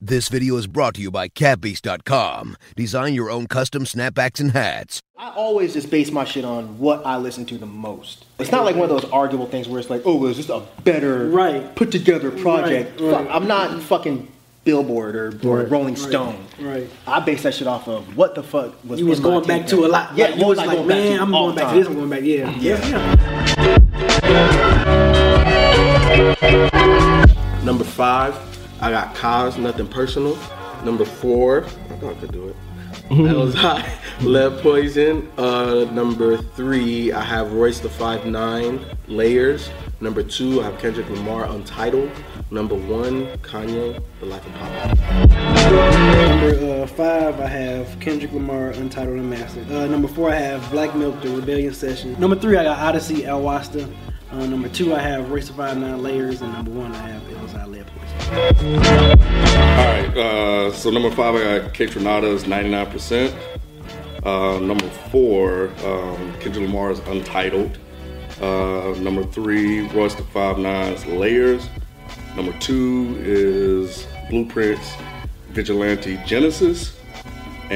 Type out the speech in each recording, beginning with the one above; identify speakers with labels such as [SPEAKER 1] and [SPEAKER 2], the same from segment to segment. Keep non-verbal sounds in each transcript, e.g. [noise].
[SPEAKER 1] This video is brought to you by CatBeast.com. Design your own custom snapbacks and hats.
[SPEAKER 2] I always just base my shit on what I listen to the most. It's not like one of those arguable things where it's like, oh, is this a better
[SPEAKER 3] Right.
[SPEAKER 2] put together project?
[SPEAKER 3] Right, right.
[SPEAKER 2] Fuck, I'm not fucking Billboard or, or Rolling Stone.
[SPEAKER 3] right.
[SPEAKER 2] I base that shit off of what the fuck was.
[SPEAKER 3] You was
[SPEAKER 2] in my
[SPEAKER 3] going back
[SPEAKER 2] tape
[SPEAKER 3] to a
[SPEAKER 2] deck.
[SPEAKER 3] lot.
[SPEAKER 2] Yeah,
[SPEAKER 3] like,
[SPEAKER 2] what
[SPEAKER 3] you was
[SPEAKER 2] I
[SPEAKER 3] like,
[SPEAKER 2] going back
[SPEAKER 3] man,
[SPEAKER 2] to
[SPEAKER 3] I'm
[SPEAKER 2] all
[SPEAKER 3] going back
[SPEAKER 2] the
[SPEAKER 3] to this.
[SPEAKER 2] time?"
[SPEAKER 3] I'm going back. Yeah, yeah, yeah.
[SPEAKER 4] Number five, I got cars, nothing personal. Number four, I thought I could do it. That was hot. Lead poison. Uh, number three, I have Royce the Five Nine Layers. Number two, I have Kendrick Lamar Untitled. Number one, Kanye, The Life of Pablo.
[SPEAKER 3] Number uh, five, I have Kendrick Lamar, Untitled and Mastered. Uh, number four, I have Black Milk, The Rebellion Session. Number three, I got Odyssey, El Wasta. Uh, number two, I have Race of Five Nine Layers, and number one, I have Elzai Lead Poison.
[SPEAKER 5] All right. Uh, so number five, I got K Tronada's 99%. Uh, number four, um, Kendrick Lamar's Untitled. Uh, number three, Royce the Five Nines Layers. Number two is Blueprints Vigilante Genesis.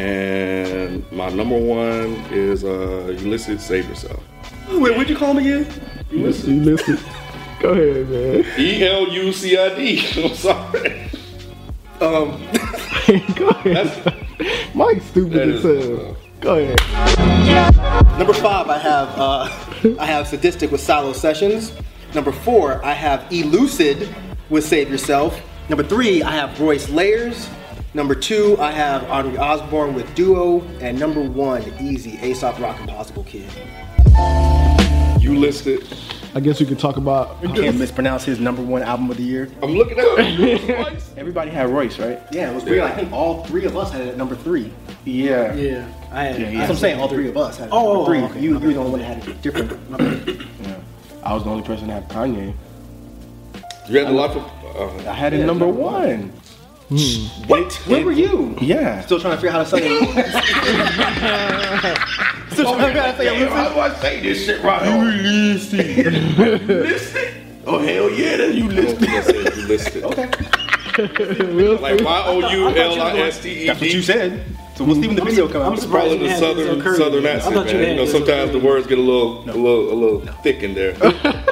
[SPEAKER 5] And my number one is uh, Ulysses Save Yourself.
[SPEAKER 4] Wait, what'd you call him again? Go ahead, man.
[SPEAKER 5] E L U C I D. [laughs] I'm sorry.
[SPEAKER 3] [laughs]
[SPEAKER 5] Um,
[SPEAKER 4] Go ahead. Mike's
[SPEAKER 5] That
[SPEAKER 4] stupid
[SPEAKER 5] as is- hell.
[SPEAKER 4] Go ahead.
[SPEAKER 2] Number five, I have uh, I have Sadistic with Silo Sessions. Number four, I have Elucid with Save Yourself. Number three, I have Royce Layers. Number two, I have Audrey Osborne with Duo. And number one, Easy, Aesop Rock Impossible Kid.
[SPEAKER 5] uh, you listed.
[SPEAKER 6] I guess we could talk about.
[SPEAKER 2] You can't mispronounce his number one album of the year.
[SPEAKER 5] I'm
[SPEAKER 3] [laughs]
[SPEAKER 5] looking at it.
[SPEAKER 7] Everybody had Royce, right?
[SPEAKER 2] Yeah, it was weird. I think all three of us had it at number three.
[SPEAKER 7] Yeah.
[SPEAKER 3] Yeah, I had.
[SPEAKER 7] Yeah, yeah.
[SPEAKER 2] That's what I'm saying. All three of us had it at
[SPEAKER 3] Oh,
[SPEAKER 2] number three.
[SPEAKER 3] okay,
[SPEAKER 2] you, you were the only one that had it different.
[SPEAKER 7] I was the only person to have Kanye.
[SPEAKER 5] You had the life of.
[SPEAKER 7] I
[SPEAKER 5] Uh,
[SPEAKER 7] had it number one.
[SPEAKER 2] What? Where were you?
[SPEAKER 7] Yeah.
[SPEAKER 2] Still trying to figure out how to say it. Still trying to figure out how to say
[SPEAKER 5] Damn,
[SPEAKER 2] Elucid.
[SPEAKER 5] how do I say this shit right? You listed. Oh hell yeah, then you listed. I said you listed.
[SPEAKER 3] [laughs]
[SPEAKER 5] Okay. like Y O U L I S T E D.
[SPEAKER 7] That's what you said.
[SPEAKER 2] So we'll see when the video comes.
[SPEAKER 3] I'm
[SPEAKER 2] out.
[SPEAKER 3] surprised
[SPEAKER 5] Probably
[SPEAKER 3] you
[SPEAKER 5] the
[SPEAKER 3] had
[SPEAKER 5] southern
[SPEAKER 3] Denzel Curry.
[SPEAKER 5] southern
[SPEAKER 3] I
[SPEAKER 5] accent,
[SPEAKER 3] thought
[SPEAKER 5] man.
[SPEAKER 3] you
[SPEAKER 5] You,
[SPEAKER 3] had
[SPEAKER 5] know,
[SPEAKER 3] Denzel
[SPEAKER 5] sometimes the
[SPEAKER 3] Curry.
[SPEAKER 5] words get a little, a little, a little thick in there.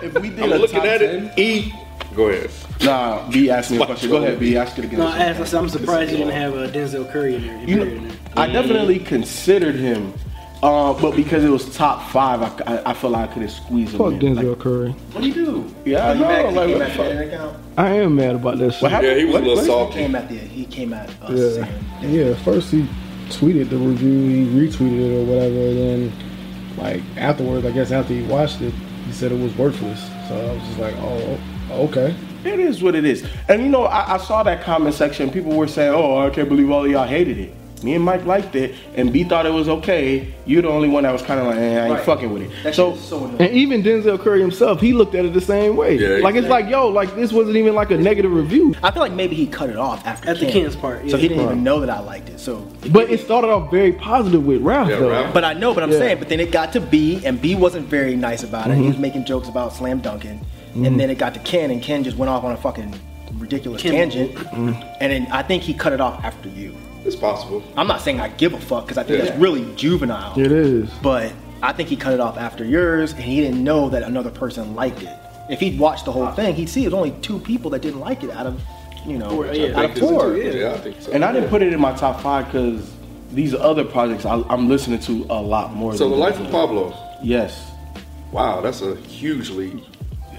[SPEAKER 7] If we did
[SPEAKER 5] I'm looking at it. E. Go ahead.
[SPEAKER 7] Nah, B asked me a question. Go ahead, B. Ask it again.
[SPEAKER 3] No, I asked, I said, I'm surprised you didn't have uh, Denzel Curry in there.
[SPEAKER 7] You
[SPEAKER 3] Perry in
[SPEAKER 7] know,
[SPEAKER 3] there.
[SPEAKER 7] I definitely considered him, uh, but because it was top five, I, I, I felt like I could have squeezed him
[SPEAKER 6] Fuck
[SPEAKER 7] in.
[SPEAKER 6] Denzel
[SPEAKER 7] Like,
[SPEAKER 6] Curry.
[SPEAKER 7] what do you do? Yeah, I
[SPEAKER 2] He
[SPEAKER 7] know.
[SPEAKER 2] back-
[SPEAKER 7] Like,
[SPEAKER 2] he
[SPEAKER 7] what
[SPEAKER 2] came
[SPEAKER 7] the
[SPEAKER 2] at
[SPEAKER 7] fuck?
[SPEAKER 2] that account.
[SPEAKER 6] I am mad about that shit.
[SPEAKER 7] What happened?
[SPEAKER 5] Yeah, he was
[SPEAKER 7] What-
[SPEAKER 5] a little
[SPEAKER 7] what-
[SPEAKER 2] He
[SPEAKER 5] salty.
[SPEAKER 2] came at the he came at us
[SPEAKER 6] Yeah.
[SPEAKER 2] saying
[SPEAKER 6] Yeah. First he tweeted the review. He retweeted it or whatever. And then, like afterwards, I guess after he watched it, he said it was worthless. So I was just like, oh, okay.
[SPEAKER 7] It is what it is. And you know, I, I saw that comment section. People were saying, "Oh, I can't believe all of y'all hated it." Me and Mike liked it, and B thought it was okay. You're the only one that was kind of like, eh, "I ain't
[SPEAKER 2] Right.
[SPEAKER 7] fucking with it."
[SPEAKER 2] that
[SPEAKER 7] so
[SPEAKER 2] shit is so annoying.
[SPEAKER 6] And even Denzel Curry himself, he looked at it the same way.
[SPEAKER 5] Yeah,
[SPEAKER 6] like it's like, yo, like this wasn't even like a negative review.
[SPEAKER 2] I feel like maybe he cut it off after
[SPEAKER 3] At the
[SPEAKER 2] Ken.
[SPEAKER 3] Ken's part,
[SPEAKER 2] so
[SPEAKER 3] yeah.
[SPEAKER 2] he didn't even know that I liked it. So,
[SPEAKER 6] But it started off very positive with Ralph
[SPEAKER 5] Yeah,
[SPEAKER 6] though.
[SPEAKER 5] Ralph.
[SPEAKER 2] but I know, but I'm
[SPEAKER 6] Yeah.
[SPEAKER 2] saying, but then it got to B, and B wasn't very nice about it. He
[SPEAKER 6] Mm-hmm.
[SPEAKER 2] was making jokes about slam dunking, and then it got to Ken, and Ken just went off on a fucking ridiculous
[SPEAKER 3] Ken-
[SPEAKER 2] tangent,
[SPEAKER 6] Mm-hmm.
[SPEAKER 2] and then I think he cut it off after you.
[SPEAKER 5] It's possible.
[SPEAKER 7] Oh,
[SPEAKER 2] I'm not saying I give a fuck because I think
[SPEAKER 5] Yeah.
[SPEAKER 2] that's really juvenile.
[SPEAKER 6] It is.
[SPEAKER 2] But I think he cut it off after yours, and he didn't know that another person liked it. If he'd watched the whole thing, he'd see it was only two people that didn't like it out of, you know,
[SPEAKER 3] yeah.
[SPEAKER 2] out
[SPEAKER 5] I
[SPEAKER 2] of
[SPEAKER 5] think it's-
[SPEAKER 2] four.
[SPEAKER 5] Yeah, I think so.
[SPEAKER 7] and I didn't put it in my top five because these other projects I, I'm listening to a lot more.
[SPEAKER 5] So the
[SPEAKER 7] than
[SPEAKER 5] life
[SPEAKER 7] Denzel.
[SPEAKER 5] of Pablo.
[SPEAKER 7] Yes,
[SPEAKER 5] Wow, that's a huge leap.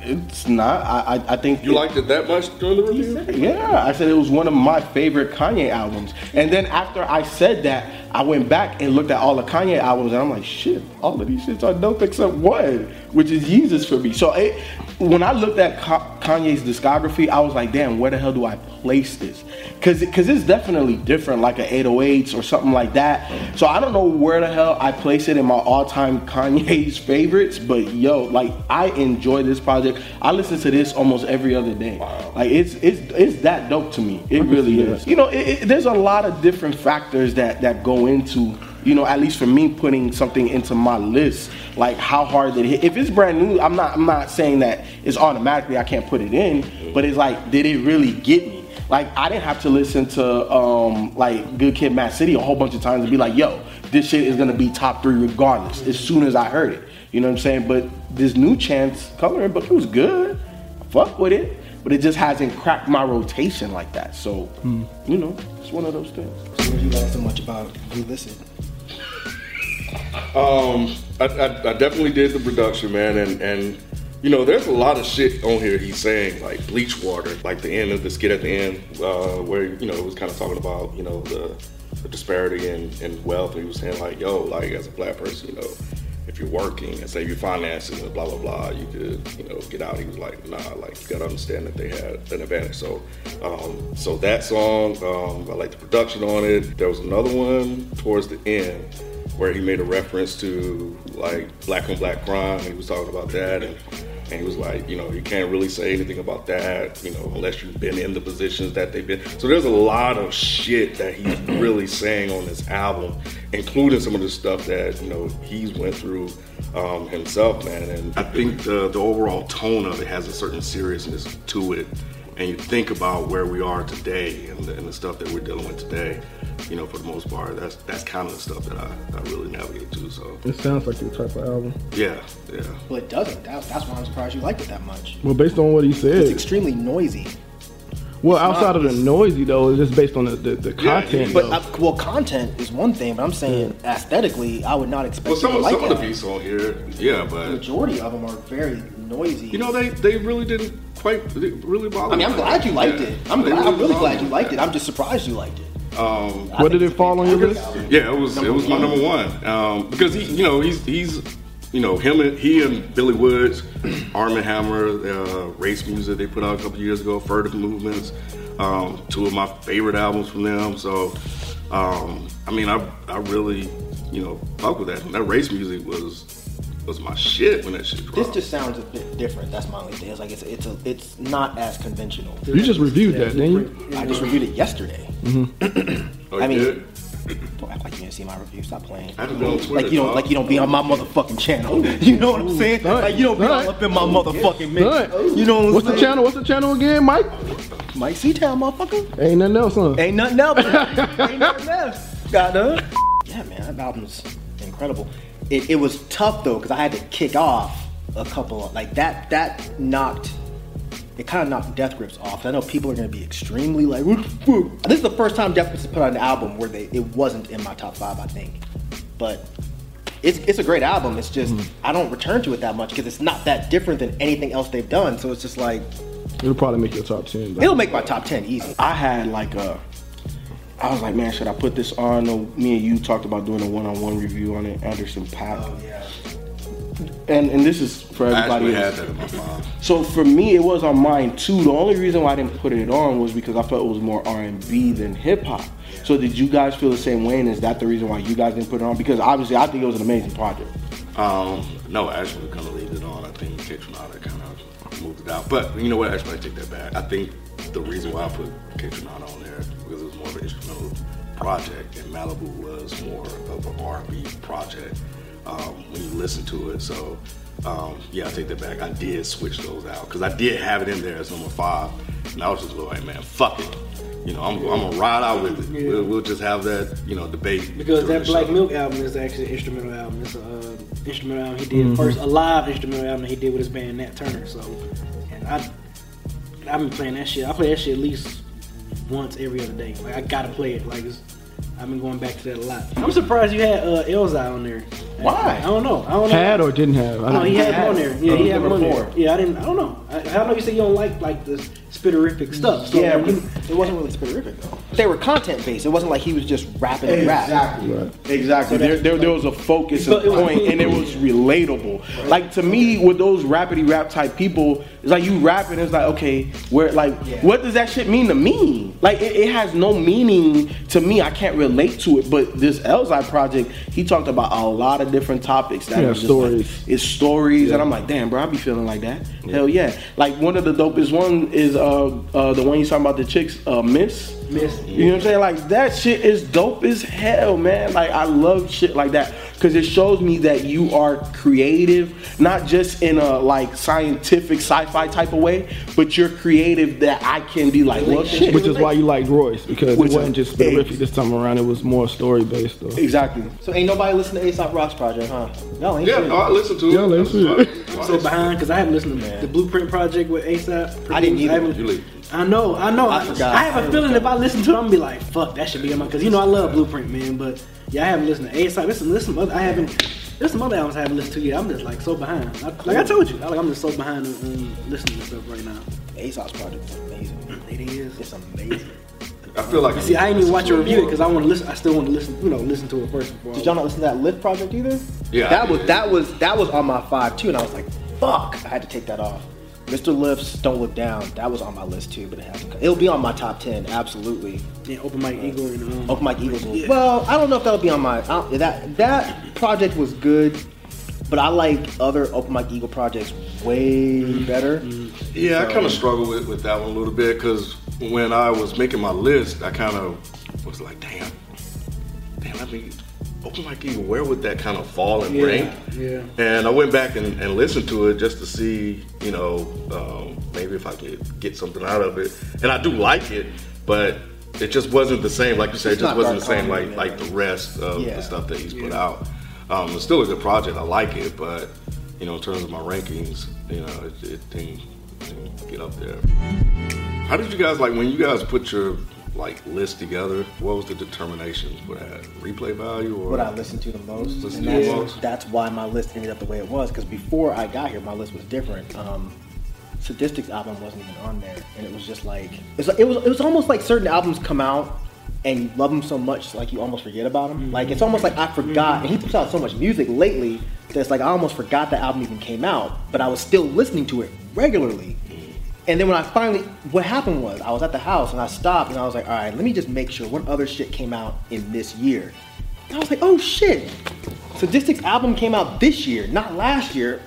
[SPEAKER 7] it's not. I I, I think
[SPEAKER 5] You
[SPEAKER 7] it-
[SPEAKER 5] liked it that much during the review?
[SPEAKER 7] Yeah, I said it was one of my favorite Kanye albums. And then after I said that, I went back and looked at all the Kanye albums, and I'm like, shit, all of these shits are dope except one, which is Jesus for me. So it, when I looked at Ka- Kanye's discography, I was like, damn, where the hell do I place this? Because because it's definitely different, like an 808s or something like that. So I don't know where the hell I place it in my all-time Kanye's favorites, but yo, like I enjoy this project. I listen to this almost every other day. Like it's it's it's that dope to me. It really is. You know, it, it, there's a lot of different factors that that go into you know at least for me putting something into my list like how hard did it hit if it's brand new i'm not i'm not saying that it's automatically i can't put it in but it's like did it really get me Like I didn't have to listen to um, like Good Kid, Mad City a whole bunch of times and be like, yo, this shit is gonna be top three regardless. As soon as I heard it, you know what I'm saying? But this new Chance coloring book, it was good. Fuck with it, but it just hasn't cracked my rotation like that. So
[SPEAKER 2] Hmm.
[SPEAKER 7] you know, it's one of those things.
[SPEAKER 2] What do you like so much about Ulysses?
[SPEAKER 5] Um, I, I, I definitely did the production, man, and and you know, there's a lot of shit on here he's saying, like bleach water, like the end of the skit at the end, uh, where you know it was kind of talking about you know the, the disparity in, in wealth, and he was saying like, yo, like as a black person, you know, if you're working and save your finances and blah blah blah, you could you know get out. He was like, nah, like you gotta understand that they had an advantage. So, um, so that song, um, I like the production on it. There was another one towards the end where he made a reference to like black on black crime. He was talking about that, and, and he was like, you know, you can't really say anything about that, you know, unless you've been in the positions that they've been. So there's a lot of shit that he's really saying on this album, including some of the stuff that you know he's went through um, himself, man. And I think the the overall tone of it has a certain seriousness to it. And you think about where we are today and the, and the stuff that we're dealing with today, you know, for the most part, that's that's kind of the stuff that I, I really navigate to. So
[SPEAKER 6] It sounds like your type of album.
[SPEAKER 5] yeah, yeah.
[SPEAKER 2] Well, it doesn't. That's, that's why I'm surprised you liked it that much.
[SPEAKER 6] Well, based on what he
[SPEAKER 2] It's
[SPEAKER 6] said,
[SPEAKER 2] extremely noisy.
[SPEAKER 6] well, outside of the noisy though, it's just based on the, the, the
[SPEAKER 5] Yeah,
[SPEAKER 6] content.
[SPEAKER 5] but
[SPEAKER 6] though.
[SPEAKER 2] But I, well, content is one thing, but I'm saying aesthetically, I would not expect
[SPEAKER 5] Well, some
[SPEAKER 2] you to
[SPEAKER 5] of,
[SPEAKER 2] like
[SPEAKER 5] some of the
[SPEAKER 2] that.
[SPEAKER 5] beats on here, yeah,
[SPEAKER 2] The
[SPEAKER 5] but
[SPEAKER 2] majority of them are very noisy.
[SPEAKER 5] you know they they really didn't quite they really bother.
[SPEAKER 2] I mean, I'm
[SPEAKER 5] me.
[SPEAKER 2] glad you liked
[SPEAKER 5] Yeah.
[SPEAKER 2] it. I'm,
[SPEAKER 5] They
[SPEAKER 2] glad, I'm really
[SPEAKER 5] bothered
[SPEAKER 2] glad you
[SPEAKER 5] me.
[SPEAKER 2] liked it. I'm just surprised you liked it.
[SPEAKER 5] Um,
[SPEAKER 6] Where did it fall on your list?
[SPEAKER 5] yeah, it was it was my number one um, because he you know he's he's you know him and he and Billy Woods, [clears throat] Arm and Hammer, uh, race music they put out a couple years ago, Furtive Movements, um, two of my favorite albums from them. So um, I mean, I I really you know fuck with that. And that race music was. Was my shit when that shit dropped.
[SPEAKER 2] This just sounds a bit different. That's my only thing. It's like it's it's a, it's not as conventional.
[SPEAKER 6] you just reviewed that, didn't you?
[SPEAKER 2] I just reviewed it yesterday.
[SPEAKER 5] Oh,
[SPEAKER 2] I
[SPEAKER 5] you
[SPEAKER 2] mean-
[SPEAKER 5] did?
[SPEAKER 2] Don't act like you didn't see my review. Stop playing.
[SPEAKER 5] Mm-hmm. I haven't been on Twitter.
[SPEAKER 2] Like you don't
[SPEAKER 5] dog.
[SPEAKER 2] like you don't be on my motherfucking channel. [laughs] You know what I'm saying?
[SPEAKER 6] son,
[SPEAKER 2] Like you don't be all
[SPEAKER 6] son.
[SPEAKER 2] up in my motherfucking mix.
[SPEAKER 6] Son.
[SPEAKER 2] You know what I'm
[SPEAKER 6] What's the
[SPEAKER 2] saying?
[SPEAKER 6] channel? What's the channel again, Mike?
[SPEAKER 2] Mike Seatown, motherfucker.
[SPEAKER 6] Ain't nothing else, huh?
[SPEAKER 2] Ain't nothing else. Ain't nothing else. Goddamn. Yeah, man, that album's incredible. It, it was tough though, because I had to kick off a couple of, like that that knocked it kind of knocked Death Grips off. I know people are gonna be extremely like, what the fuck? This is the first time Death Grips has put out an album where they it wasn't in my top five, I think. But it's, it's a great album. It's just I don't return to it that much because it's not that different than anything else they've done. So it's just like
[SPEAKER 6] It'll probably make your top ten. though.
[SPEAKER 2] it'll make my top ten easy.
[SPEAKER 7] I had like a, I was like, man, should I put this on? No, Me and you talked about doing a one-on-one review on it, Anderson Pack.
[SPEAKER 2] yeah.
[SPEAKER 7] And and this is for
[SPEAKER 5] I
[SPEAKER 7] everybody.
[SPEAKER 5] actually
[SPEAKER 7] else.
[SPEAKER 5] had that in my mind.
[SPEAKER 7] So for me, it was on mine too. The only reason why I didn't put it on was because I felt it was more R and B than hip hop. So did you guys feel the same way? And is that the reason why you guys didn't put it on? Because obviously, I think it was an amazing project.
[SPEAKER 5] Um, no, actually, kind of leave it on. I think Kate Renata kind of moved it out. But you know what? Actually, I take that back. I think the reason why I put Kate Renata on there because it was more of an instrumental project, and Malibu was more of an R&B project um, when you listen to it. So um, yeah, I take that back. I did switch those out because I did have it in there as number five, and I was just like, man, fuck it. You know, I'm, I'm gonna ride out with it. We'll, we'll just have that, you know, debate
[SPEAKER 3] Because
[SPEAKER 5] during
[SPEAKER 3] that
[SPEAKER 5] the
[SPEAKER 3] Black
[SPEAKER 5] show.
[SPEAKER 3] Milk album is actually an instrumental album. It's a uh, instrumental album he did first, a live instrumental album that he did with his band Nat Turner. So, and I, I've been playing that shit. I play that shit at least once every other day. Like I gotta play it. Like it's, I've been going back to that a lot. I'm surprised you had uh, Elza on there.
[SPEAKER 7] Why?
[SPEAKER 3] I don't know. I don't know.
[SPEAKER 6] Had or didn't have? I
[SPEAKER 3] No,
[SPEAKER 6] don't
[SPEAKER 3] he
[SPEAKER 6] know.
[SPEAKER 3] had him on there. Oh, Yeah,
[SPEAKER 7] Oh,
[SPEAKER 3] he had him
[SPEAKER 7] number
[SPEAKER 3] on there.
[SPEAKER 7] four.
[SPEAKER 3] Yeah, I didn't. I don't know. I, I know you say you don't like like the spitterific stuff. So
[SPEAKER 2] Yeah,
[SPEAKER 3] when you-
[SPEAKER 2] but it wasn't really specific though. They were content based. It wasn't like he was just rapping and rap.
[SPEAKER 7] Exactly. There, there, there was a focus
[SPEAKER 3] So
[SPEAKER 7] and
[SPEAKER 3] it was-
[SPEAKER 7] point, and it was relatable. Like to me, with those rapidy rap type people, it's like you rapping. It's like okay, where like what does that shit mean to me? Like it, it has no meaning to me. I can't relate to it. But this Elzai project, he talked about a lot of different topics. That
[SPEAKER 6] Yeah,
[SPEAKER 7] was just like-
[SPEAKER 6] stories.
[SPEAKER 7] it's stories, and I'm like, damn, bro, I be feeling like that. Hell yeah. Like one of the dopest one is uh, uh the one you talking about the chicks Six uh, Miss.
[SPEAKER 3] Miss.
[SPEAKER 7] You know what I'm saying? Like that shit is dope as hell, man. Like I love shit like that because it shows me that you are creative, not just in a like scientific sci-fi type of way, but you're creative that I can be like, well, shit.
[SPEAKER 6] Which is why you liked Royce because
[SPEAKER 7] Which
[SPEAKER 6] it wasn't
[SPEAKER 7] is-
[SPEAKER 6] just specific this time around. It was more story based though.
[SPEAKER 7] exactly.
[SPEAKER 2] So ain't nobody listening to Aesop Rock's project, huh? No, ain't
[SPEAKER 5] Yeah, uh,
[SPEAKER 2] shit.
[SPEAKER 5] I listened to it.
[SPEAKER 6] Yeah, I listened to it.
[SPEAKER 5] Wow.
[SPEAKER 3] So behind because I haven't listened to the Blueprint Project with ASAP.
[SPEAKER 2] I didn't either.
[SPEAKER 3] haven't-
[SPEAKER 5] You leave.
[SPEAKER 3] I know, I know.
[SPEAKER 2] I
[SPEAKER 3] I,
[SPEAKER 2] forgot.
[SPEAKER 3] I have a feeling if I listen to it, I'm gonna be like, "Fuck, that should be on my." Because you know, I love Blueprint, man. But yeah, I haven't listened to ASAP. There's some, there's some other I haven't. There's some other albums I haven't listened to yet. I'm just like so behind. I, like I told you, I, like I'm just so behind on um, listening to stuff right now.
[SPEAKER 2] Aesop's project is amazing.
[SPEAKER 3] It is.
[SPEAKER 2] It's amazing.
[SPEAKER 5] I feel like
[SPEAKER 3] See, I didn't even watch a review because I want to listen. I still want to listen. You know, listen to it first before. I-
[SPEAKER 2] Did y'all not listen to that Lift project either?
[SPEAKER 5] Yeah, I
[SPEAKER 2] That was
[SPEAKER 5] did.
[SPEAKER 2] that was that was on my five too, and I was like, fuck, I had to take that off. Mr. Lift's Don't Look Down, that was on my list too, but it hasn't. come- It'll be on my top ten, absolutely.
[SPEAKER 3] Yeah, open mic Eagle and um,
[SPEAKER 2] Open Mike Eagles. will-
[SPEAKER 3] Yeah.
[SPEAKER 2] Well, I don't know if that'll be on my I don't- that that project was good, but I like other Open Mike Eagle projects way better.
[SPEAKER 5] Yeah, I kind of struggled with, with that one a little bit because when I was making my list, I kind of was like, damn, damn, I mean, Open Mic Eagle, where would that kind of fall and rank?
[SPEAKER 3] yeah.
[SPEAKER 5] And I went back and, and listened to it just to see, you know, um, maybe if I could get something out of it. And I do like it, but it just wasn't the same. Like you said,
[SPEAKER 2] It's
[SPEAKER 5] it
[SPEAKER 2] not
[SPEAKER 5] just wasn't
[SPEAKER 2] dark
[SPEAKER 5] the same
[SPEAKER 2] comedy,
[SPEAKER 5] like,
[SPEAKER 2] man.
[SPEAKER 5] like the rest of
[SPEAKER 2] Yeah.
[SPEAKER 5] the stuff that he's put out. Um, it's still a good project. I like it, but you know, in terms of my rankings, you know, it, it didn't, didn't get up there. How did you guys like when you guys put your like list together? What was the determination for that replay value or
[SPEAKER 2] What I listened to the most, and
[SPEAKER 5] Listen to
[SPEAKER 2] that's,
[SPEAKER 5] the most.
[SPEAKER 2] that's why my list ended up the way it was. Because before I got here, my list was different. Um, Sadistic's album wasn't even on there, and it was just like it's like- it was it was almost like certain albums come out and you love them so much like you almost forget about them. Like it's almost like I forgot. And he puts out so much music lately that it's like I almost forgot that album even came out, but I was still listening to it regularly. And then when I finally, what happened was I was at the house and I stopped and I was like, all right, let me just make sure what other shit came out in this year. And I was like, oh shit, Sadistic's album came out this year, not last year.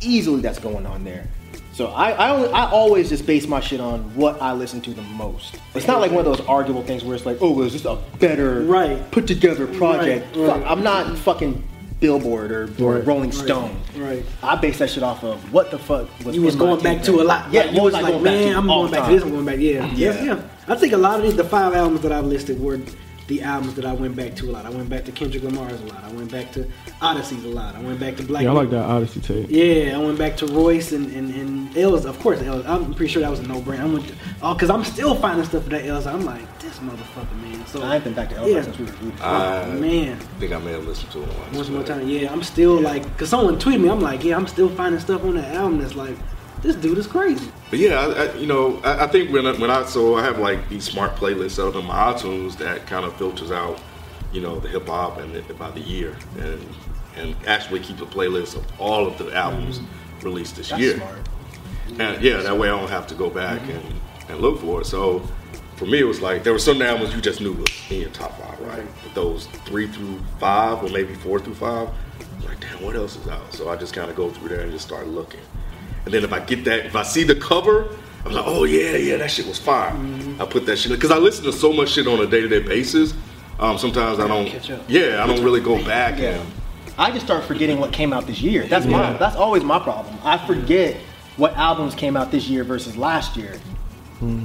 [SPEAKER 2] Easily that's going on there. So I, I, only, I always just base my shit on what I listen to the most. It's not like one of those arguable things where it's like, oh, well, is this a better,
[SPEAKER 3] Right.
[SPEAKER 2] put together project?
[SPEAKER 3] Right, right.
[SPEAKER 2] Fuck, I'm not fucking Billboard or, or
[SPEAKER 6] Right.
[SPEAKER 2] Rolling Stone.
[SPEAKER 3] right.
[SPEAKER 2] I base that shit off of what the fuck was.
[SPEAKER 3] you was
[SPEAKER 2] in my
[SPEAKER 3] going back
[SPEAKER 2] tape
[SPEAKER 3] to a
[SPEAKER 2] bank.
[SPEAKER 3] lot.
[SPEAKER 2] Yeah,
[SPEAKER 3] Like,
[SPEAKER 2] you
[SPEAKER 3] you was like,
[SPEAKER 2] going back to
[SPEAKER 3] man, I'm
[SPEAKER 2] all
[SPEAKER 3] going
[SPEAKER 2] the
[SPEAKER 3] back to
[SPEAKER 2] time.
[SPEAKER 3] this. I'm going back. Yeah, yeah,
[SPEAKER 2] Yeah.
[SPEAKER 3] yeah. I think a lot of these, the five albums that I've listed were the albums that I went back to a lot. I went back to Kendrick Lamar's a lot. I went back to Odyssey's a lot. I went back to Black.
[SPEAKER 6] Yeah, I like
[SPEAKER 3] Mirror.
[SPEAKER 6] that Odyssey tape.
[SPEAKER 3] Yeah, I went back to Royce and and, and Ells. Of course, Ells. I'm pretty sure that was a no-brainer. I went to, oh, because I'm still finding stuff for that Ells. I'm like this motherfucker, man. So
[SPEAKER 2] I ain't been back to Ells
[SPEAKER 3] Yeah.
[SPEAKER 2] since we reviewed. it.
[SPEAKER 5] I
[SPEAKER 3] Man.
[SPEAKER 5] think I may have listened to it once.
[SPEAKER 3] Once more
[SPEAKER 5] but-
[SPEAKER 3] time, yeah. I'm still like, cause someone tweeted me. I'm like, yeah, I'm still finding stuff on that album that's like, this dude is crazy.
[SPEAKER 5] But yeah, I, I, you know, I, I think when I, when I so I have like these smart playlists set up in my iTunes that kind of filters out, you know, the hip hop and the, by the year, and and actually keeps a playlist of all of the albums released this year. And yeah, that way I don't have to go back and, and look for it. So for me, it was like there were some albums you just knew was in your top five, right? But those three through five, or maybe four through five, I'm like, damn, what else is out? So I just kind of go through there and just start looking. And then if I get that, if I see the cover, I'm like, oh yeah, yeah, that shit was fire. I put that shit because I listen to so much shit on a day to day basis. Um, sometimes I don't,
[SPEAKER 3] Catch up.
[SPEAKER 5] yeah, I don't really go back and.
[SPEAKER 2] I just start forgetting what came out this year. That's my that's always my problem. I forget what albums came out this year versus last year.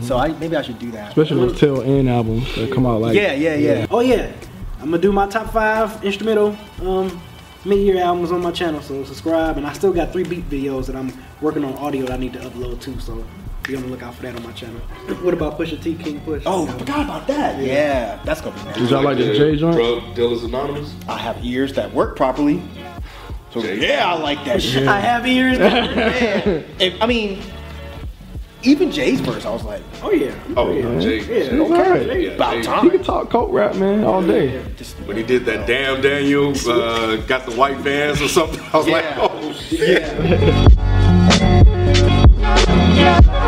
[SPEAKER 2] So I maybe I should do that.
[SPEAKER 6] Especially those tail end albums that come out like
[SPEAKER 2] yeah, yeah, yeah.
[SPEAKER 3] Oh yeah, I'm gonna do my top five instrumental um, mid-year albums on my channel. So subscribe, and I still got three beat videos that I'm working on audio that I need to upload too. So be on the lookout for that on my channel. [clears throat] What about Pusha T, King Push?
[SPEAKER 2] Oh, I forgot about that. Yeah, that's gonna be
[SPEAKER 6] Did
[SPEAKER 2] nice.
[SPEAKER 6] y'all like the J joint?
[SPEAKER 5] Drug Dealers Anonymous?
[SPEAKER 2] I have ears that work properly. So yeah, I like that shit.
[SPEAKER 3] I have ears.
[SPEAKER 2] Yeah. [laughs] If- I mean, even Jay's verse, I was like,
[SPEAKER 3] oh yeah.
[SPEAKER 5] Oh, yeah. Jay.
[SPEAKER 3] Yeah.
[SPEAKER 6] It's alright.
[SPEAKER 5] Yeah,
[SPEAKER 2] about
[SPEAKER 5] Jay-
[SPEAKER 6] He
[SPEAKER 2] time.
[SPEAKER 6] could talk coke rap, man, all day.
[SPEAKER 2] Just-
[SPEAKER 5] When he did that damn Daniel, uh, got the white vans [laughs] oh, or something, I was
[SPEAKER 2] Yeah.
[SPEAKER 5] like, oh shit.
[SPEAKER 2] yeah.